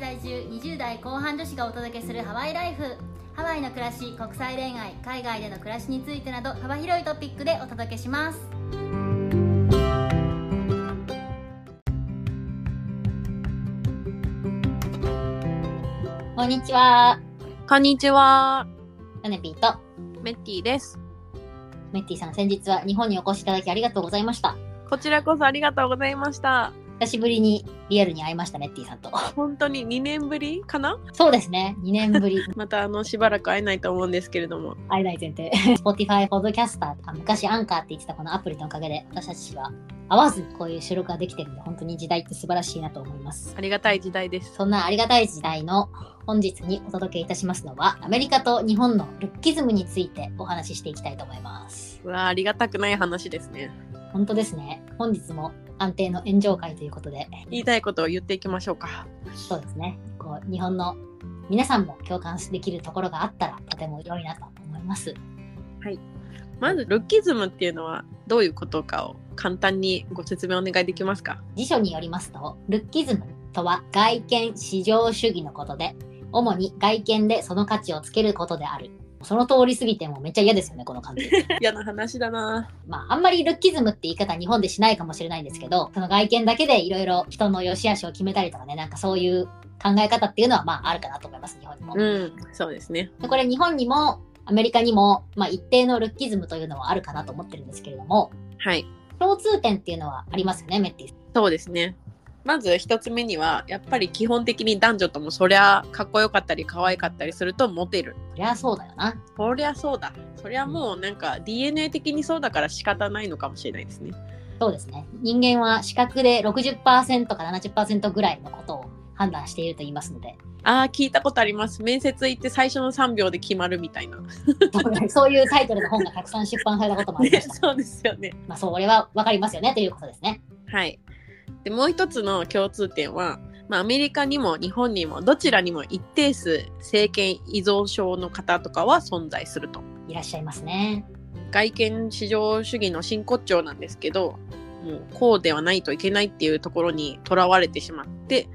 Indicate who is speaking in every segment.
Speaker 1: 20代後半女子がお届けするハワイライフハワイの暮らし国際恋愛海外での暮らしについてなど幅広いトピックでお届けしますこんにちは
Speaker 2: こんにちは、
Speaker 1: ヨネピーと
Speaker 2: メッティです。
Speaker 1: メッティさん先日は日本にお越しいただきありがとうございました
Speaker 2: こちらこそありがとうございました。
Speaker 1: 久しぶりにリアルに会いましたメッティさんと
Speaker 2: 本当に2年ぶりかな
Speaker 1: そうですね2年ぶり
Speaker 2: またあのしばらく会えないと思うんですけれども。
Speaker 1: 会えない前提 Spotify ポッドキャスターとか昔アンカーって言ってたこのアプリのおかげで私たちは合わずにこういう収録ができてるんで本当に時代って素晴らしいなと思います
Speaker 2: ありがたい時代です。
Speaker 1: そんなありがたい時代の本日にお届けいたしますのはアメリカと日本のルッキズムについてお話ししていきたいと思います
Speaker 2: うわあ、ありがたくない話ですね。
Speaker 1: 本当ですね本日も安定の炎上会ということで
Speaker 2: 言いたいことを言っていきましょうか。
Speaker 1: そうですねこう日本の皆さんも共感できるところがあったらとても良いなと思います
Speaker 2: まず、ルッキズムっていうのはどういうことかを簡単にご説明お願いできますか
Speaker 1: 辞書によりますと、ルッキズムとは外見至上主義のことで、主に外見でその価値をつけることである。その通り過ぎてもめっちゃ嫌ですよね、この感じ。
Speaker 2: 嫌な話だな。
Speaker 1: まあ、あんまりルッキズムって言い方日本でしないかもしれないんですけど、その外見だけでいろいろ人の良し悪しを決めたりとかね、なんかそういう考え方っていうのはまああるかなと思います、日本にも。
Speaker 2: うん、そうですね。
Speaker 1: でこれ日本にもアメリカにも、まあ、一定のルッキズムというのはあるかなと思ってるんですけれども、
Speaker 2: はい。
Speaker 1: 共通点っていうのはありますよね、メッティさん。
Speaker 2: そうですね。まず一つ目にはやっぱり基本的に男女ともそりゃかっこよかったり可愛かったりするとモテる。
Speaker 1: そりゃそうだよな。
Speaker 2: そりゃそうだ。そりゃもうなんか DNA 的にそうだから仕方ないのかもしれないですね。
Speaker 1: そうですね。人間は視覚で60%か70%ぐらいのことを判断していると言いますので、
Speaker 2: ああ、聞いたことあります。面接行って最初の3秒で決まるみたいな。
Speaker 1: そういうタイトルの本がたくさん出版されたこともありま
Speaker 2: ね
Speaker 1: した。
Speaker 2: そうですよね。
Speaker 1: まあ、そう、俺はわかりますよねということですね。
Speaker 2: はい。で、もう一つの共通点は、まあ、アメリカにも日本にもどちらにも一定数政権依存症の方とかは存在すると。
Speaker 1: いらっしゃいますね。
Speaker 2: 外見至上主義の真骨頂なんですけどもうこうではないといけないっていうところにとらわれてしまって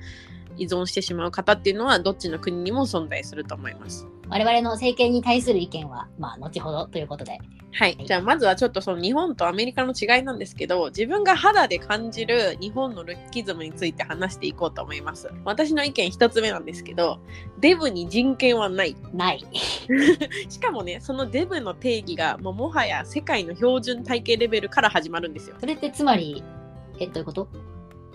Speaker 2: 依存してしまう方っていうのはどっちの国にも存在すると思います。
Speaker 1: 我々の政権に対する意見は、まあ、後ほどということで。
Speaker 2: はい、じゃあまずはちょっとその日本とアメリカの違いなんですけど自分が肌で感じる日本のルッキズムについて話していこうと思います私の意見一つ目なんですけどデブに人権はない
Speaker 1: ない。
Speaker 2: しかもねそのデブの定義がもうもはや世界の標準体型レベルから始まるんですよ
Speaker 1: それってつまり、え、どういうこと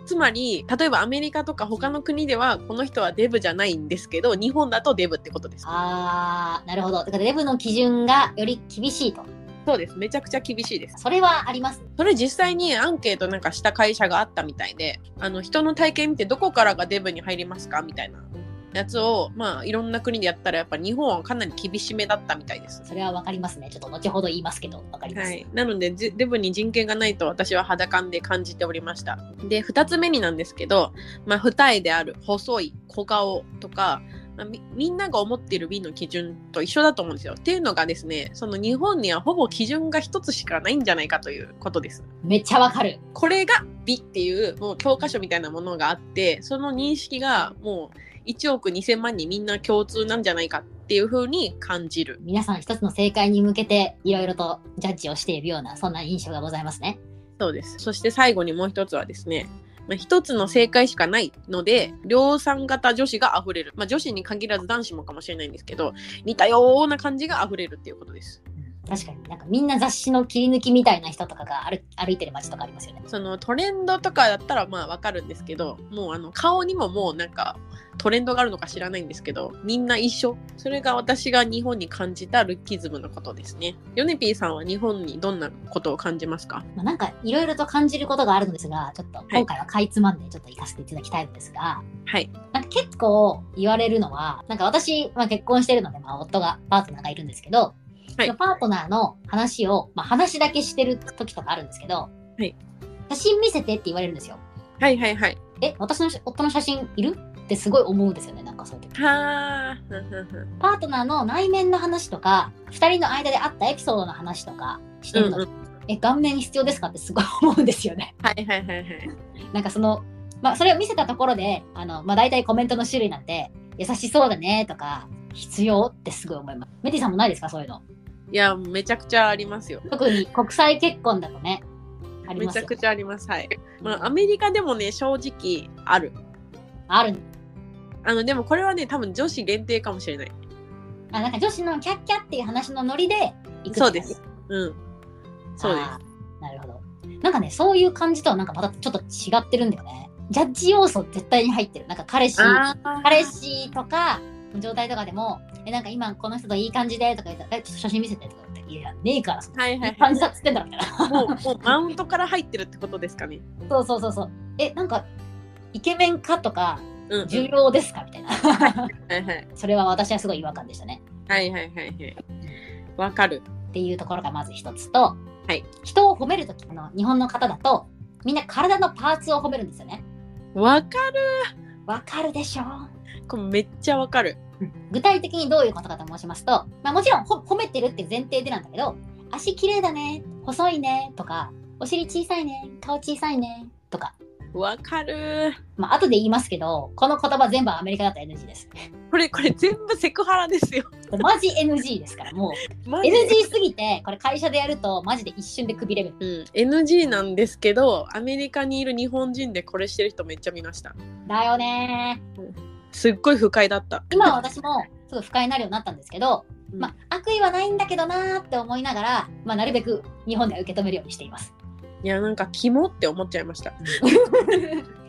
Speaker 2: つまり例えばアメリカとか他の国ではこの人はデブじゃないんですけど日本だとデブってことです
Speaker 1: あー、なるほど。だからデブの基準がより厳しいと。
Speaker 2: そうですめちゃくちゃ厳しいです
Speaker 1: それはあります。
Speaker 2: それ実際にアンケートなんかした会社があったみたいであの人の体型見てどこからがデブに入りますかみたいなやつをまあいろんな国でやったらやっぱ日本はかなり厳しめだったみたいです
Speaker 1: それはわかりますね。ちょっと後ほど言いますけど、わかりま
Speaker 2: は
Speaker 1: す。
Speaker 2: い、なのでじデブに人権がないと私は肌感で感じておりましたで2つ目になんですけど、まあ、二重である細い小顔とか、まあみみんなが思っている美の基準と一緒だと思うんですよっていうのがですねその日本にはほぼ基準が1つしかないんじゃないかということです
Speaker 1: めっちゃわかる。
Speaker 2: これが美っていうもう教科書みたいなものがあってその認識がもう1億2000万人みんな共通なんじゃないかっていうふうに感じる
Speaker 1: 皆さん一つの正解に向けていろいろとジャッジをしているようなそんな印象がございますね。
Speaker 2: そうです。そして最後にもう一つはですね、まあ、一つの正解しかないので、量産型女子が溢れる。まあ、女子に限らず男子もかもしれないんですけど、似たような感じが溢れるっていうことです。
Speaker 1: 確かになんかみんな雑誌の切り抜きみたいな人とかが歩歩いてる街とかありますよね。
Speaker 2: そのトレンドとかだったらまあわかるんですけど、もうあの顔にももうなんかトレンドがあるのか知らないんですけど、みんな一緒。それが私が日本に感じたルッキズムのことですね。ヨネピーさんは日本にどんなことを感じますか
Speaker 1: まあ、なんかいろいろと感じることがあるのですが、ちょっと今回はかいつまんでちょっと行かせていただきたいのですが、
Speaker 2: はい。
Speaker 1: なんか結構言われるのは、なんか私、まあ、結婚してるので、まあ、夫がパートナーがいるんですけど、
Speaker 2: はい
Speaker 1: そのパートナーの話を、まあ、話だけしてる時とかあるんですけど、
Speaker 2: はい
Speaker 1: 写真見せてって言われるんですよ。
Speaker 2: はいはいはい。
Speaker 1: え、私の夫の写真いるってすごい思うんですよね、なんかそういう時。
Speaker 2: はー。ふんふんふん
Speaker 1: パートナーの内面の話とか、二人の間であったエピソードの話とかしてるの、
Speaker 2: うん
Speaker 1: え、顔面必要ですかってすごい思うんですよね。
Speaker 2: はいはいはいはい。
Speaker 1: なんかその、まあ、それを見せたところで、あの、まあ、大体コメントの種類なんて、優しそうだねとか、必要ってすごい思います。メティさんもないですかそういうの。
Speaker 2: いやめちゃくちゃありますよ
Speaker 1: 特に国際結婚だとね、あり
Speaker 2: め
Speaker 1: ま
Speaker 2: ち
Speaker 1: す
Speaker 2: ゃ
Speaker 1: よ
Speaker 2: くちゃありますはい、まあ、アメリカでもね正直ある
Speaker 1: ある。
Speaker 2: あのでもこれはね多分女子限定かもしれない
Speaker 1: あ、なんか女子のキャッキャっていう話のノリで行く
Speaker 2: そうですうんそうです
Speaker 1: あーなるほど。なんかね、そういう感じとはなんかまたちょっと違ってるんだよね。ジャッジ要素絶対に入ってる。なんか彼氏、彼氏とか、状態とかでも、え、なんか今この人といい感じでとか言ったら、え、ちょっと写真見せてとか言って、いや、ねえから、そんな
Speaker 2: はいはいは
Speaker 1: 感
Speaker 2: い
Speaker 1: じだっつってんだろみたいな。
Speaker 2: もうもうマウントから入ってるってことですかね
Speaker 1: そうそうそうそう。え、なんか、イケメンかとか、
Speaker 2: うんうん
Speaker 1: 重要ですかみたいな。
Speaker 2: はいはい
Speaker 1: それは私はすごい違和感でしたね。
Speaker 2: はいはいはいはいわかる
Speaker 1: っていうところがまず一つと、
Speaker 2: はい
Speaker 1: 人を褒めるとき、あの、日本の方だと、みんな体のパーツを褒めるんですよね。
Speaker 2: わかる
Speaker 1: わかるでしょ
Speaker 2: これめっちゃわかる
Speaker 1: 具体的にどういうことかと申しますと、まあ、もちろんほ褒めてるって前提でなんだけど足綺麗だね細いねとかお尻小さいね顔小さいねとか、
Speaker 2: わかる
Speaker 1: まあ後で言いますけどこの言葉全部アメリカだと NG です
Speaker 2: これこれ全部セクハラですよ
Speaker 1: マジ NG ですからもう
Speaker 2: マジ
Speaker 1: NG すぎてこれ会社でやるとマジで一瞬でクビレベル
Speaker 2: うん、NG なんですけどアメリカにいる日本人でこれしてる人めっちゃ見ました
Speaker 1: だよね
Speaker 2: すっごい不快だった
Speaker 1: 今は私もすごい不快になるようになったんですけど、
Speaker 2: うん
Speaker 1: まあ悪意はないんだけどなーって思いながら、まあ、なるべく日本では受け止めるようにしています
Speaker 2: いやなんかキモって思っちゃいました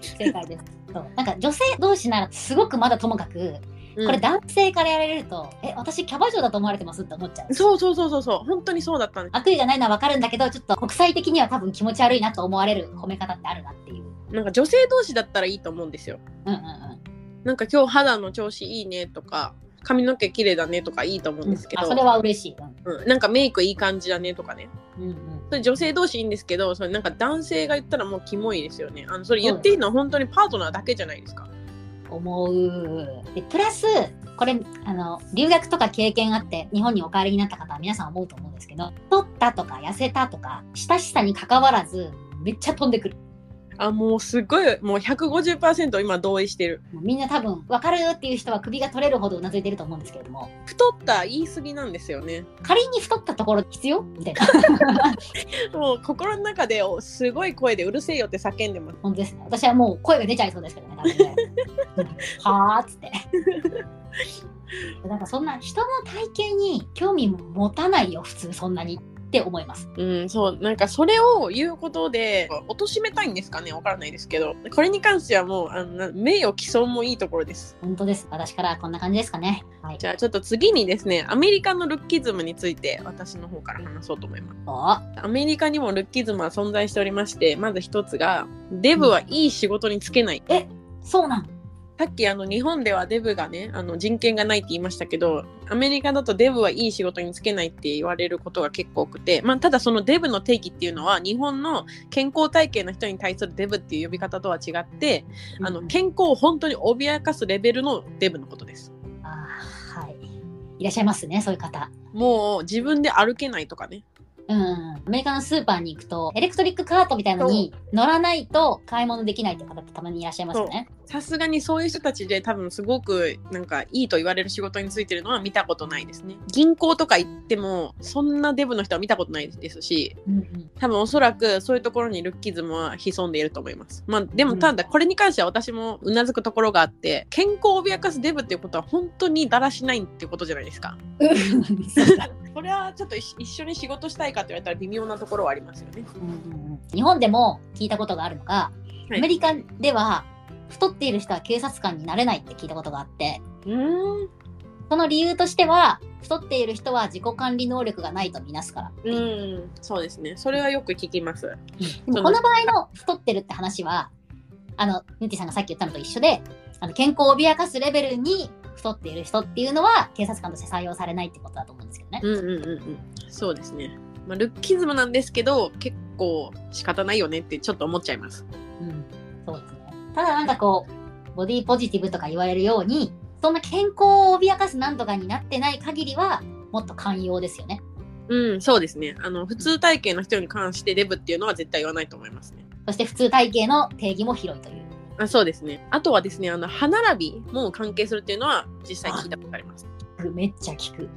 Speaker 1: 正解です。そうなんか女性同士ならすごくまだともかく、これ
Speaker 2: だ、
Speaker 1: 男性からやられると、え、私キャバ嬢だと思われてますって思っちゃう
Speaker 2: うん。そうそうそうそうそう本当にそうだったんで
Speaker 1: 悪意がないのはわかるんだけど、ちょっと国際的には多分気持ち悪いなと思われる褒め方ってあるなっていう。
Speaker 2: すなんか女性同士だったらいいと思うんですよ
Speaker 1: うんうんう
Speaker 2: なんか今日肌の調子いいねとか髪の毛綺麗だねとかいいと思うん
Speaker 1: ん。
Speaker 2: ですけど、
Speaker 1: あそれは嬉しい。
Speaker 2: うん、なんかメイクいい感じだねとかね
Speaker 1: うんうんうん。
Speaker 2: それ女性同士いいんですけどそれなんか男性が言ったらもうキモいですよねあのそれ言っていいのは本当にパートナーだけじゃないですか
Speaker 1: 思う。で、プラス、これ、あの、留学とか経験あって、日本にお帰りになった方は皆さん思うと思うんですけど、太ったとか痩せたとか、親しさに関わらず、めっちゃ飛んでくる。
Speaker 2: あもうすごいもう150%今同意してる
Speaker 1: もうみんな多分分かるっていう人は首が取れるほどうなずいてると思うんですけれども
Speaker 2: 太った言い過ぎなんですよね
Speaker 1: 仮に太ったところ必要みたいな
Speaker 2: もう心の中でおすごい声でうるせえよって叫んでます
Speaker 1: 本当ですね私はもう声が出ちゃいそうですけどね多 分ねうんはあっつってなんかそんな人の体型に興味も持たないよ普通そんなにって思います
Speaker 2: うんそうなんかそれを言うことで貶めたいんですかねわからないですけどこれに関してはもうあの名誉毀損もいいところです
Speaker 1: 本当です私からこんな感じですかねはい
Speaker 2: じゃあちょっと次にですねアメリカのルッキズムについて私の方から話そうと思います
Speaker 1: お
Speaker 2: アメリカにもルッキズムは存在しておりましてまず一つがデブはいい仕事に就けない
Speaker 1: そうなの
Speaker 2: さっきあの日本ではデブがねあの人権がないって言いましたけどアメリカだとデブはいい仕事に就けないって言われることが結構多くて、まあ、ただそのデブの定義っていうのは日本の健康体系の人に対するデブっていう呼び方とは違ってあの
Speaker 1: うん
Speaker 2: 健康を本当に脅かすレベルのデブのことです。
Speaker 1: あーはいいらっしゃいますねそういう方
Speaker 2: もう自分で歩けないとかね
Speaker 1: うん、アメリカのスーパーに行くとエレクトリックカートみたいのに乗らないと買い物できないって方ってたまにいらっしゃいますよね。
Speaker 2: さすがにそういう人たちで多分すごくなんかいいと言われる仕事についてるのは見たことないですね銀行とか行ってもそんなデブの人は見たことないですし
Speaker 1: うんうん
Speaker 2: 多分おそらくそういうところにルッキズムは潜んでいると思います。まあでもただこれに関しては私もうなずくところがあって健康を脅かすデブっていうことは本当にだらしないってことじゃないですか。それはちょっと一緒に仕事したいかって言われたら微妙なところはありますよね。
Speaker 1: うんうん日本でも聞いたことがあるのが、
Speaker 2: はい
Speaker 1: アメリカでは太っている人は警察官になれないって聞いたことがあって
Speaker 2: うん。
Speaker 1: その理由としては太っている人は自己管理能力がないとみなすからっていう
Speaker 2: うん。そうですね。それはよく聞きます。
Speaker 1: でもこの場合の太ってるって話はあのヌティさんがさっき言ったのと一緒であの健康を脅かすレベルに太っている人っていうのは警察官として採用されないってことだと思うんですけどね。
Speaker 2: うんうんうんうん。そうですね。まあルッキズムなんですけど結構仕方ないよねってちょっと思っちゃいます。
Speaker 1: うん、そうですね。ただなんかこう、ボディポジティブとか言われるように、そんな健康を脅かすなんとかになってない限りは、もっと寛容ですよね。
Speaker 2: うん、そうですね。あの普通体型の人に関してデブっていうのは絶対言わないと思いますね。
Speaker 1: そして普通体型の定義も広いという。
Speaker 2: あそうですね。あとはですね、あの歯並びも関係するっていうのは実際聞いたことあります。
Speaker 1: めっちゃ聞く。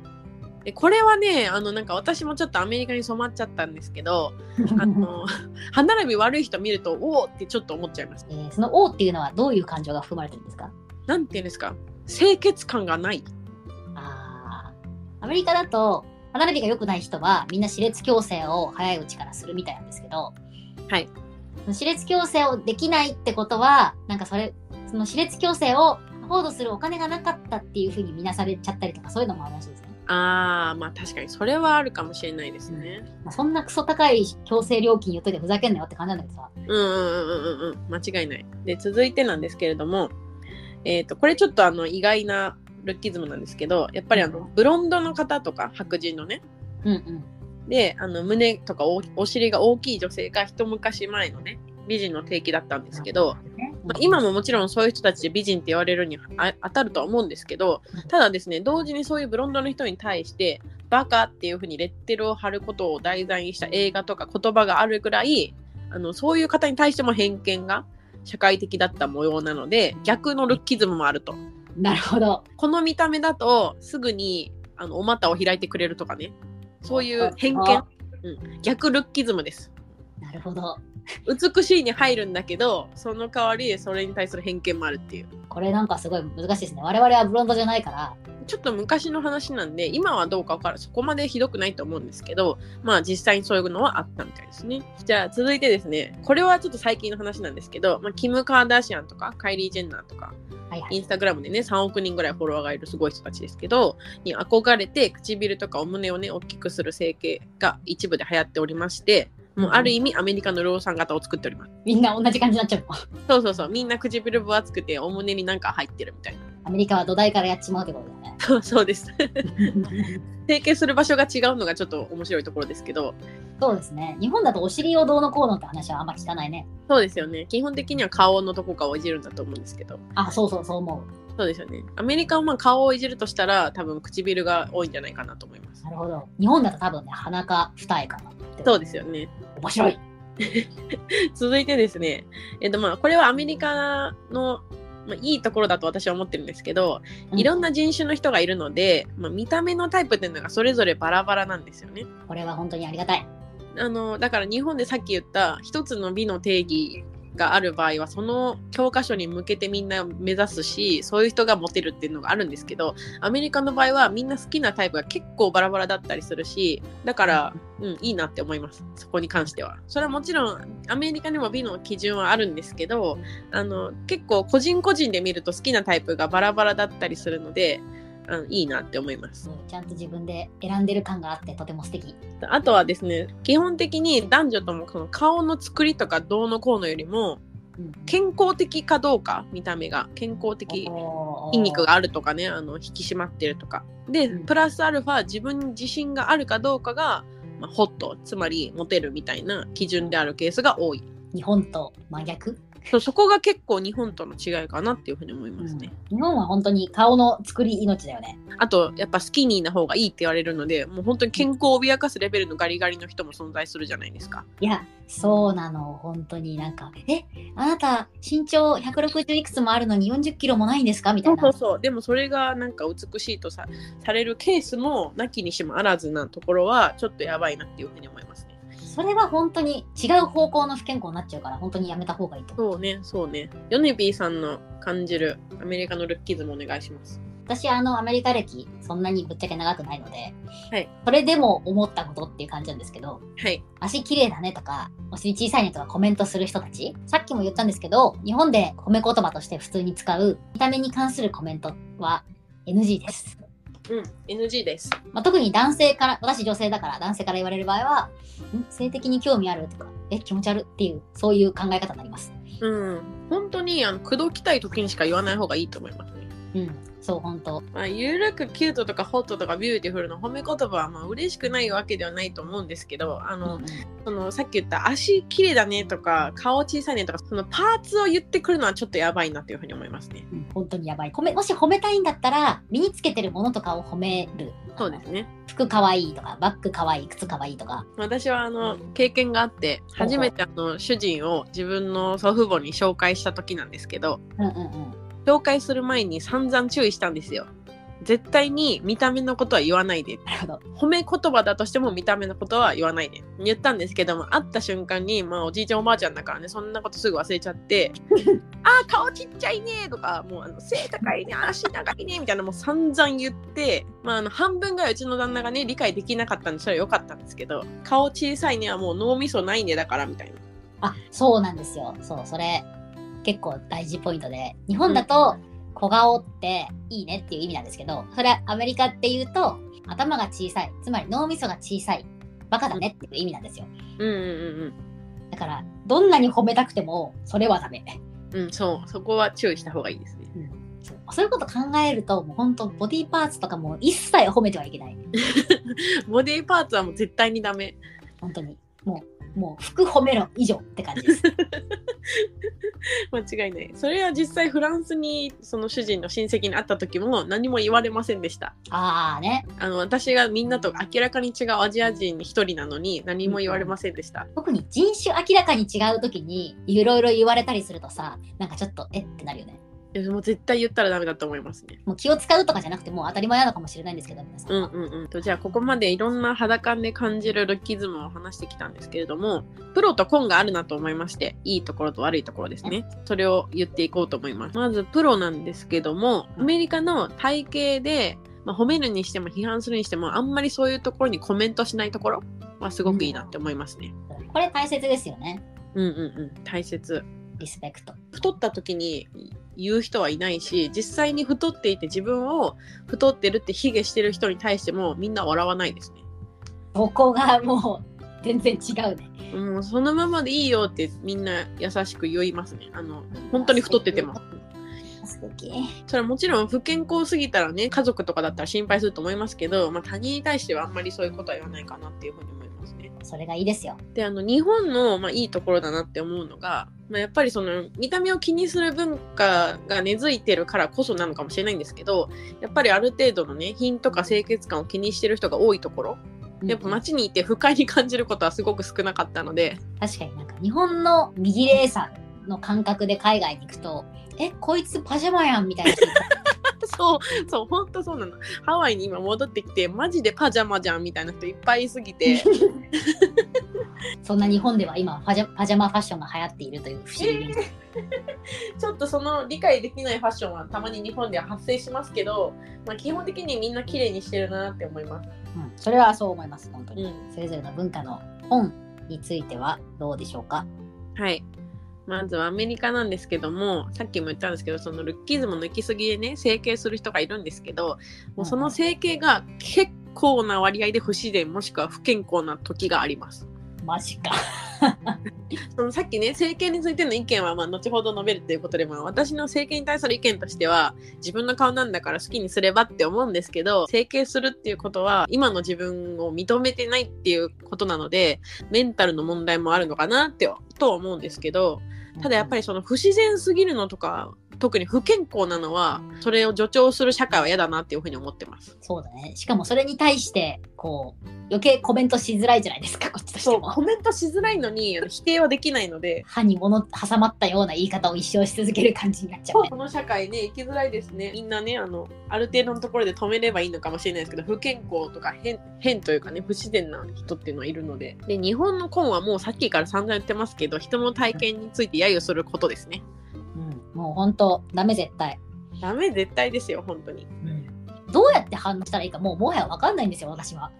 Speaker 2: でこれはね、あのなんか私もちょっとアメリカに染まっちゃったんですけど、 あの歯並び悪い人見るとおおってちょっと思っちゃいます。
Speaker 1: えーその「王っていうのはどういう感情が含まれてるんですか
Speaker 2: なんていうんですか、清潔感がない。
Speaker 1: あーアメリカだと歯並びが良くない人はみんな歯列矯正を早いうちからするみたいなんですけど、
Speaker 2: はい、
Speaker 1: 歯列矯正をできないってことはなんかそれその歯列矯正をアフォードするお金がなかったっていうふうに見なされちゃったりとかそういうのもあるらしいですね。
Speaker 2: ああ、まあ確かにそれはあるかもしれないですね。
Speaker 1: まあそんなクソ高い矯正料金言っといてふざけんなよって感じなんだけどさ。
Speaker 2: うんうんうんうんうん、間違いない。で、続いてなんですけれども、えっ、と、これちょっとあの意外なルッキズムなんですけど、やっぱりあの、ブロンドの方とか白人のね、
Speaker 1: うんうん。
Speaker 2: で、あの胸とかおお尻が大きい女性が一昔前のね、美人の定義だったんですけど、
Speaker 1: ね
Speaker 2: まあ、今ももちろんそういう人たちで美人って言われるにあ当たるとは思うんですけどただですね同時にそういうブロンドの人に対してバカっていうふうにレッテルを貼ることを題材にした映画とか言葉があるくらいあのそういう方に対しても偏見が社会的だった模様なので逆のルッキズムもあると
Speaker 1: なるほど。
Speaker 2: この見た目だとすぐにあのお股を開いてくれるとかねそういう偏見、うん、逆ルッキズムです
Speaker 1: なるほど。
Speaker 2: 美しいに入るんだけどその代わりそれに対する偏見もあるっていう
Speaker 1: これなんかすごい難しいですね。我々はブロンドじゃないから。
Speaker 2: ちょっと昔の話なんで今はどうか分からんそこまでひどくないと思うんですけどまあ実際にそういうのはあったみたいですねじゃあ続いてですねこれはちょっと最近の話なんですけど、まあ、キム・カーダシアンとかカイリー・ジェンナーとか
Speaker 1: はいは
Speaker 2: イン
Speaker 1: い
Speaker 2: ス。タグラムでね3億人ぐらいフォロワーがいるすごい人たちですけどに憧れて唇とかお胸をね大きくする整形が一部で流行っておりましてもうある意味アメリカの量産型を作っております
Speaker 1: みんな同じ感じになっちゃうの。
Speaker 2: そうそうそうみんな唇分厚くてお胸になんか入ってるみたいな
Speaker 1: ア メリカは土台からやっちまうってことだよね。
Speaker 2: そうそうです 整形する場所が違うのがちょっと面白いところですけど
Speaker 1: そうですね。日本だとお尻をどうのこうのって話はあんま聞かないね。
Speaker 2: そうですよね基本的には顔のどこかをいじるんだと思うんですけど
Speaker 1: あ、そうそうそう思う。
Speaker 2: そうですよねアメリカはまあ顔をいじるとしたら多分唇が多いんじゃないかなと思います
Speaker 1: なるほど。日本だと多分ね、鼻か二重かな。
Speaker 2: そうですよね
Speaker 1: 面白い。
Speaker 2: 続いてですねえっとまあこれはアメリカのまあ、いいところだと私は思ってるんですけどいろん
Speaker 1: な。
Speaker 2: な人種の人がいるので、まあ、見た目のタイプっていうのがそれぞれバラバラなんですよね。
Speaker 1: これは本当にありがたい。
Speaker 2: あのだから日本でさっき言った一つの美の定義がある場合はその教科書に向けてみんな目指すしそういう人がモテるっていうのがあるんですけどアメリカの場合はみんな好きなタイプが結構バラバラだったりするしだから、うん、いいなって思いますそこに関してはそれはもちろんアメリカにも美の基準はあるんですけどあの結構個人個人で見ると好きなタイプがバラバラだったりするので、うん、いいなって思います
Speaker 1: そうちゃんと自分で選んでる感があってとても素敵。
Speaker 2: あとはですね基本的に男女ともこの顔の作りとかどうのこうのよりも
Speaker 1: うん
Speaker 2: 健康的かどうか見た目が健康的
Speaker 1: おー
Speaker 2: 筋肉があるとかねあの引き締まってるとかで
Speaker 1: うん
Speaker 2: プラスアルファ自分に自信があるかどうかが、まあ、ホットつまりモテるみたいな基準であるケースが多い
Speaker 1: 日本と真逆、
Speaker 2: そうそこが結構日本との違いかなっていうふうに思いますね、
Speaker 1: 日本は本当に顔の作り命だよね。
Speaker 2: あとやっぱスキニーな方がいいって言われるのでもう本当に健康を脅かすレベルのガリガリの人も存在するじゃないですか
Speaker 1: いや、そうなの、本当になんか、え、あなた、身長160いくつもあるのに40キロもないんですかみた
Speaker 2: そ
Speaker 1: いう
Speaker 2: そ
Speaker 1: な
Speaker 2: う。そうでもそれがなんか美しいとさされるケースもなきにしもあらずなところはちょっとやばいなっていうふうに思いますね
Speaker 1: それは本当に違う方向の不健康になっちゃうから、本当にやめた方がいいと思う。
Speaker 2: そうねそうねヨネピーさんの感じるアメリカのルッキズムお願いします
Speaker 1: 私、あの、アメリカ歴、そんなにぶっちゃけ長くないので、
Speaker 2: はい
Speaker 1: それでも思ったことっていう感じなんですけど、
Speaker 2: はい
Speaker 1: 足綺麗だねとか、お尻小さいねとかコメントする人たち、さっきも言ったんですけど、日本で褒め言葉として普通に使う、見た目に関するコメントは NG です。
Speaker 2: うん NG です
Speaker 1: まあ、特に男性から、私女性だから男性から言われる場合は、ん性的に興味あるとか、え、気持ち悪いっていう、そういう考え方になります。
Speaker 2: うん本当にあの口説きたい時にしか言わない方がいいと思いますね
Speaker 1: うん、そう、本当
Speaker 2: まあ、ゆるくキュートとかホットとかビューティフルの褒め言葉はまあ嬉しくないわけではないと思うんですけどあの、そのさっき言った足綺麗だねとか顔小さいねとかそのパーツを言ってくるのはちょっとやばいなというふうに思いますね
Speaker 1: うん本当にやばい。褒めもし褒めたいんだったら、身につけてるものとかを褒める。
Speaker 2: そうですね。
Speaker 1: 服かわいいとか、バッグかわいい、靴かわいいとか。
Speaker 2: 私はあの経験があって初めてあの主人を自分の祖父母に紹介した時なんですけど
Speaker 1: うんうんうん。
Speaker 2: 紹介する前に散々注意したんですよ絶対に見た目のことは言わないで
Speaker 1: なるほど。
Speaker 2: 褒め言葉だとしても見た目のことは言わないで言ったんですけども会った瞬間に、まあ、おじいちゃんおばあちゃんだからねそんなことすぐ忘れちゃ って「あー顔ちっちゃいね」とか「もうあの背高いね足長いね」みたいなもう散々言って、まあ、あの半分ぐらいうちの旦那がね理解できなかったんでそれは良かったんですけど「顔小さいね」はもう脳みそないねだからみたいな。
Speaker 1: あ、そうなんですよ。そう、それ、結構大事ポイントで。日本だと、小顔っていいねっていう意味なんですけど、それアメリカって言うと、頭が小さい。つまり脳みそが小さい。バカだねっていう意味なんですよ。
Speaker 2: うんうん
Speaker 1: だから、どんなに褒めたくても、それはダメ。
Speaker 2: うんうんそうそこは注意した方がいいですね。
Speaker 1: そうそういうこと考えると、もう本当ボディーパーツとかも一切褒めてはいけない。
Speaker 2: ボディパーツはもう絶対にダメ。
Speaker 1: 本当に。もう、もう服褒めろ以上って感じ です。
Speaker 2: 間違いないそれは実際フランスにその主人の親戚に会った時も何も言われませんでした
Speaker 1: ああね。
Speaker 2: あの私がみんなと明らかに違うアジア人一人なのに何も言われませんでした、
Speaker 1: 特に人種明らかに違う時にいろいろ言われたりするとさ、なんかちょっとえってなるよね。
Speaker 2: いやもう絶対言ったらダメだと思いますね
Speaker 1: もう気を使うとかじゃなくてもう当たり前なのかもしれないんですけど、皆さん。
Speaker 2: うんうんうんとじゃあここまでいろんな肌感で感じるルッキズムを話してきたんですけれどもプロとコンがあるなと思いましていいところと悪いところですねそれを言っていこうと思いますまずプロなんですけどもアメリカの体系で、まあ、褒めるにしても批判するにしてもあんまりそういうところにコメントしないところはすごくいいなって思いますね
Speaker 1: これ大切ですよね。
Speaker 2: うんうんうん大切
Speaker 1: リスペクト。
Speaker 2: 太った時に言う人はいないし実際に太っていて自分を太ってるって卑下してる人に対してもみんな笑わないですね
Speaker 1: そこがもう全然違うね。
Speaker 2: もうそのままでいいよってみんな優しく言いますね。あの本当に太ってても。
Speaker 1: 素敵。
Speaker 2: それはもちろん不健康すぎたらね家族とかだったら心配すると思いますけど、まあ、他人に対してはあんまりそういうことは言わないかなっていうふうに思いますね。
Speaker 1: それがいいですよ。
Speaker 2: であの日本の、まあ、いいところだなって思うのが、まあ、やっぱりその見た目を気にする文化が根付いてるからこそなのかもしれないんですけどやっぱりある程度のね品とか清潔感を気にしてる人が多いところやっぱ街にいて不快に感じることはすごく少なかったので。
Speaker 1: 確かになんか日本の右霊さんの感覚で海外に行くと、え、こいつパジャマやんみたいな人いた。
Speaker 2: そう、そう、ほんとそうなの。ハワイに今戻ってきて、マジでパジャマじゃんみたいな人いっぱいいすぎて、
Speaker 1: そんな日本では今パジャ、パジャマファッションが流行っているという不思議現象。
Speaker 2: ちょっとその理解できないファッションはたまに日本では発生しますけど、まあ、基本的にみんな綺麗にしてるなって思います。
Speaker 1: うん、それはそう思います、本当に。
Speaker 2: ん。
Speaker 1: それぞれの文化の本についてはどうでしょうか。
Speaker 2: はい。まずはアメリカなんですけども、さっきも言ったんですけど、そのルッキズムの行き過ぎでね、整形する人がいるんですけど、もうその整形が結構な割合で不自然もしくは不健康な時があります。
Speaker 1: マジか。
Speaker 2: そのさっきね整形についての意見はまあ後ほど述べるということで、まあ、私の整形に対する意見としては自分の顔なんだから好きにすればって思うんですけど整形するっていうことは今の自分を認めてないっていうことなのでメンタルの問題もあるのかなってとは思うんですけどただやっぱ
Speaker 1: り、
Speaker 2: りその不自然すぎるのとか特に不健康なのはそれを助長する社会は嫌だなっていうふうに思ってます。
Speaker 1: そうだね。しかもそれに対して、こう、余計コメントしづらいじゃないですか、こっちとして
Speaker 2: そう
Speaker 1: も。
Speaker 2: コメントしづらいのに否定はできないので
Speaker 1: 歯に物挟まったような言い方を一生し続ける感じになっちゃうね。
Speaker 2: この社会ね生きづらいですねみんなねあのある程度のところで止めればいいのかもしれないですけど不健康とか変変というかね不自然な人っていうのはいるのでで日本の婚はもうさっきから散々言ってますけど人の体験について揶揄することですね
Speaker 1: うん、もう本当ダメ絶対。
Speaker 2: ダメ絶対ですよ本当に
Speaker 1: どうやって反応したらいいかもうもはや分かんないんですよ私は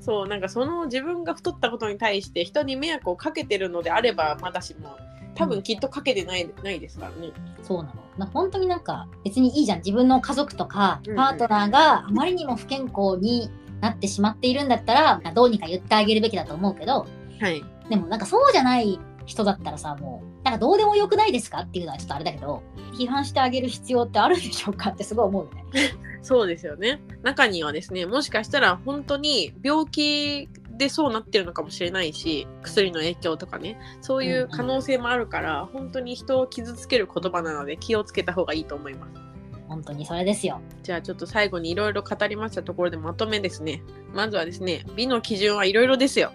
Speaker 2: そうなんかその自分が太ったことに対して人に迷惑をかけてるのであればまだしも多分きっとかけてないないですからね
Speaker 1: そうなのなんか本当になんか別にいいじゃん自分の家族とか
Speaker 2: うんうん
Speaker 1: パートナーがあまりにも不健康になってしまっているんだったらどうにか言ってあげるべきだと思うけど
Speaker 2: はい
Speaker 1: でもなんかそうじゃない人だったらさもうなんかどうでもよくないですかっていうのはちょっとあれだけど批判してあげる必要ってあるんでしょうかってすごい思うよね
Speaker 2: そうですよね。中にはですね、もしかしたら本当に病気でそうなってるのかもしれないし、薬の影響とかね、そういう可能性もあるから、本当に人を傷つける言葉なので気をつけた方がいいと思います。
Speaker 1: う本当にそれですよ。
Speaker 2: じゃあちょっと最後にいろいろ語りましたところでまとめですね。まずはですね、美の基準はいろいろですよ。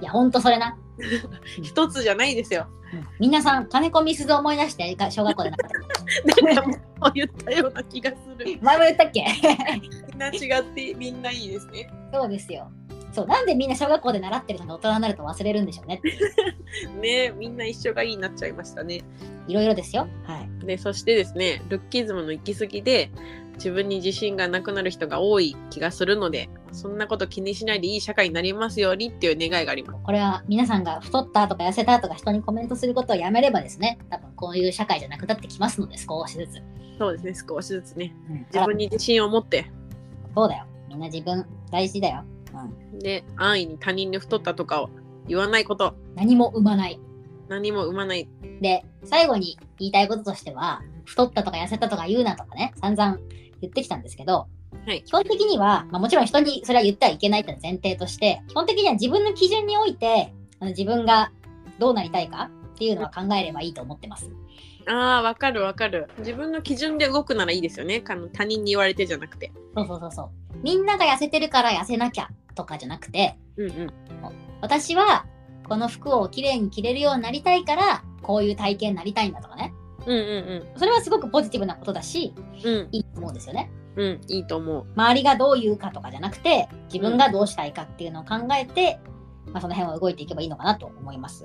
Speaker 1: いや、本当それな。
Speaker 2: 一つじゃないです よ。
Speaker 1: うん皆さん、金子みすず思い出して、が小学校でなかった
Speaker 2: なんかもう言ったような気がする。
Speaker 1: 前も言ったっけ
Speaker 2: みんな違ってみんないいですね。
Speaker 1: そうですよ。そう、なんでみんな小学校で習ってるのが大人になると忘れるんでしょうね。
Speaker 2: ねみんな一緒がいいになっちゃいましたね。
Speaker 1: いろいろですよ。はい。
Speaker 2: でそしてですねルッキズムの行き過ぎで自分に自信がなくなる人が多い気がするのでそんなこと気にしないでいい社会になりますようにっていう願いがあります
Speaker 1: これは皆さんが太ったとか痩せたとか人にコメントすることをやめればですね、多分こういう社会じゃなくなってきますので、少しずつ。
Speaker 2: そうですね少しずつね
Speaker 1: うん、
Speaker 2: 自分に自信を持って
Speaker 1: そうだよ。みんな自分大事だよ。うん。
Speaker 2: で安易に他人に太ったとかを言わないこと
Speaker 1: 何も生まない。
Speaker 2: 何も生まない
Speaker 1: で、最後に言いたいこととしては、太ったとか痩せたとか言うなとかね、散々言ってきたんですけど、
Speaker 2: はい
Speaker 1: 基本的には、まあ、もちろん人にそれは言ってはいけないっていうのは前提として、基本的には自分の基準において、あの自分がどうなりたいかっていうのは考えればいいと思ってます。
Speaker 2: あーわかるわかる自分の基準で動くならいいですよねあの他人に言われてじゃなくて
Speaker 1: そうそうそうそう。みんなが痩せてるから痩せなきゃとかじゃなくて、
Speaker 2: うんうん
Speaker 1: 私はこの服をきれいに着れるようになりたいから、こういう体験になりたいんだとかね。
Speaker 2: うんう
Speaker 1: それはすごくポジティブなことだし、
Speaker 2: んうん
Speaker 1: いいと思うんですよね。
Speaker 2: うんうんいいと思う
Speaker 1: 周りがどう言うかとかじゃなくて自分がどうしたいかっていうのを考えて、まあ、その辺を動いていけばいいのかなと思います。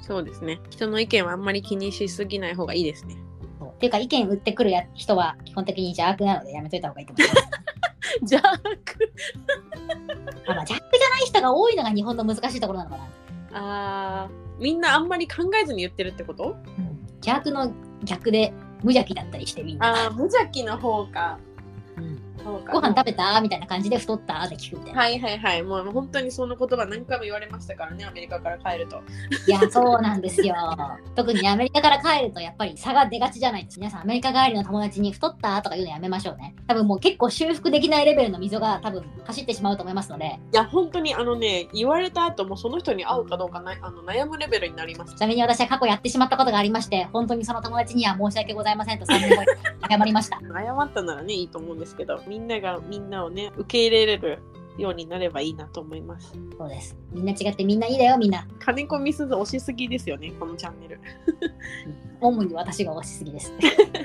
Speaker 2: そうですね人の意見はあんまり気にしすぎない方がいいですね
Speaker 1: そうっていうか意見売ってくるや人は基本的に邪悪なのでやめといた方がいいと思います。
Speaker 2: 邪悪
Speaker 1: あまあ、邪悪じゃない人が多いのが日本の難しいところなのかな。
Speaker 2: あーみんなあんまり考えずに言ってるってこと
Speaker 1: 邪悪の逆で無邪気だったりしてみんな。
Speaker 2: ああ無邪気の方か
Speaker 1: うん
Speaker 2: そうか
Speaker 1: ご飯食べたみたいな感じで太ったって聞くみ たいな。
Speaker 2: はいはいはいもうもう本当にその言葉何回も言われましたからねアメリカから帰ると
Speaker 1: いや、そうなんですよ。 特にアメリカから帰るとやっぱり差が出がちじゃないですか。皆さん、アメリカ帰りの友達に太ったとか言うのやめましょうね。多分もう結構修復できないレベルの溝が多分走ってしまうと思いますので、
Speaker 2: いや本当にあのね言われた後もうその人に会うかどうかなあの悩むレベルになります
Speaker 1: ちなみに私は過去やってしまったことがありまして、本当にその友達には申し訳ございませんと3年後に謝りました。
Speaker 2: 謝ったならねいいと思うんですけどみんながみんなをね受け入れれるようになればいいなと思います
Speaker 1: そうです。みんな違ってみんないいだよ、みんな。
Speaker 2: 金子みすず押しすぎですよねこのチャンネル
Speaker 1: 主に私が推しすぎ です。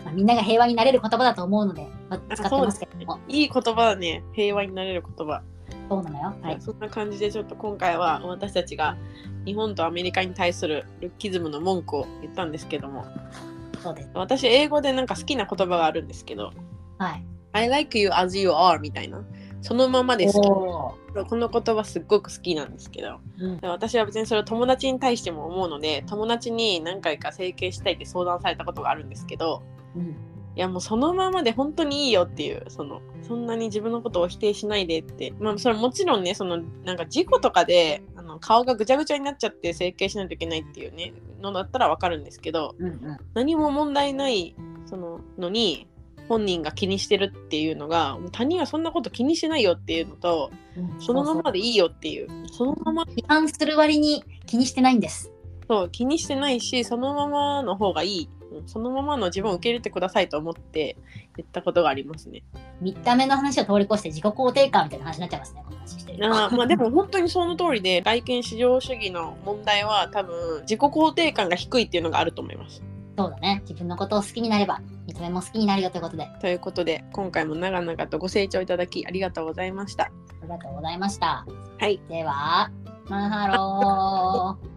Speaker 1: まあみんなが平和になれる言葉だと思うので、まあ使ってますけども。
Speaker 2: いい言葉だね平和になれる言葉
Speaker 1: そうなのよ。はい。
Speaker 2: そんな感じでちょっと今回は私たちが日本とアメリカに対するルッキズムの文句を言ったんですけども
Speaker 1: そうです。
Speaker 2: 私英語でなんか好きな言葉があるんですけど
Speaker 1: はい。
Speaker 2: 「I like you as you are」みたいなそのままで好
Speaker 1: おー
Speaker 2: きこの言葉すっごく好きなんですけど
Speaker 1: うん
Speaker 2: 私は別にそれを友達に対しても思うので友達に何回か整形したいって相談されたことがあるんですけど
Speaker 1: うん
Speaker 2: いやもうそのままで本当にいいよっていうそのそんなに自分のことを否定しないでってまあそれもちろんねそのなんか事故とかであの顔がぐちゃぐちゃになっちゃって整形しないといけないっていうねのだったらわかるんですけど
Speaker 1: うんうん
Speaker 2: 何も問題ないそののに本人が気にしてるっていうのがもう他人はそんなこと気にしないよっていうのと
Speaker 1: うん
Speaker 2: そのままでいいよっていうそのまま
Speaker 1: 批判する割に気にしてないんです。
Speaker 2: そう気にしてないしそのままの方がいいうんそのままの自分を受け入れてくださいと思って言ったことがありますね。
Speaker 1: 見た目の話を通り越して自己肯定感みたいな話になっちゃいますね、この話してると。
Speaker 2: あーまあでも本当にその通りで外見至上主義の問題は多分自己肯定感が低いっていうのがあると思います。
Speaker 1: そうだね。自分のことを好きになれば、見た目も好きになるよということで、あ
Speaker 2: ということで今回も長々とご清聴いただきありがとうございました。
Speaker 1: りがとうございました。
Speaker 2: はい
Speaker 1: では、マハロー。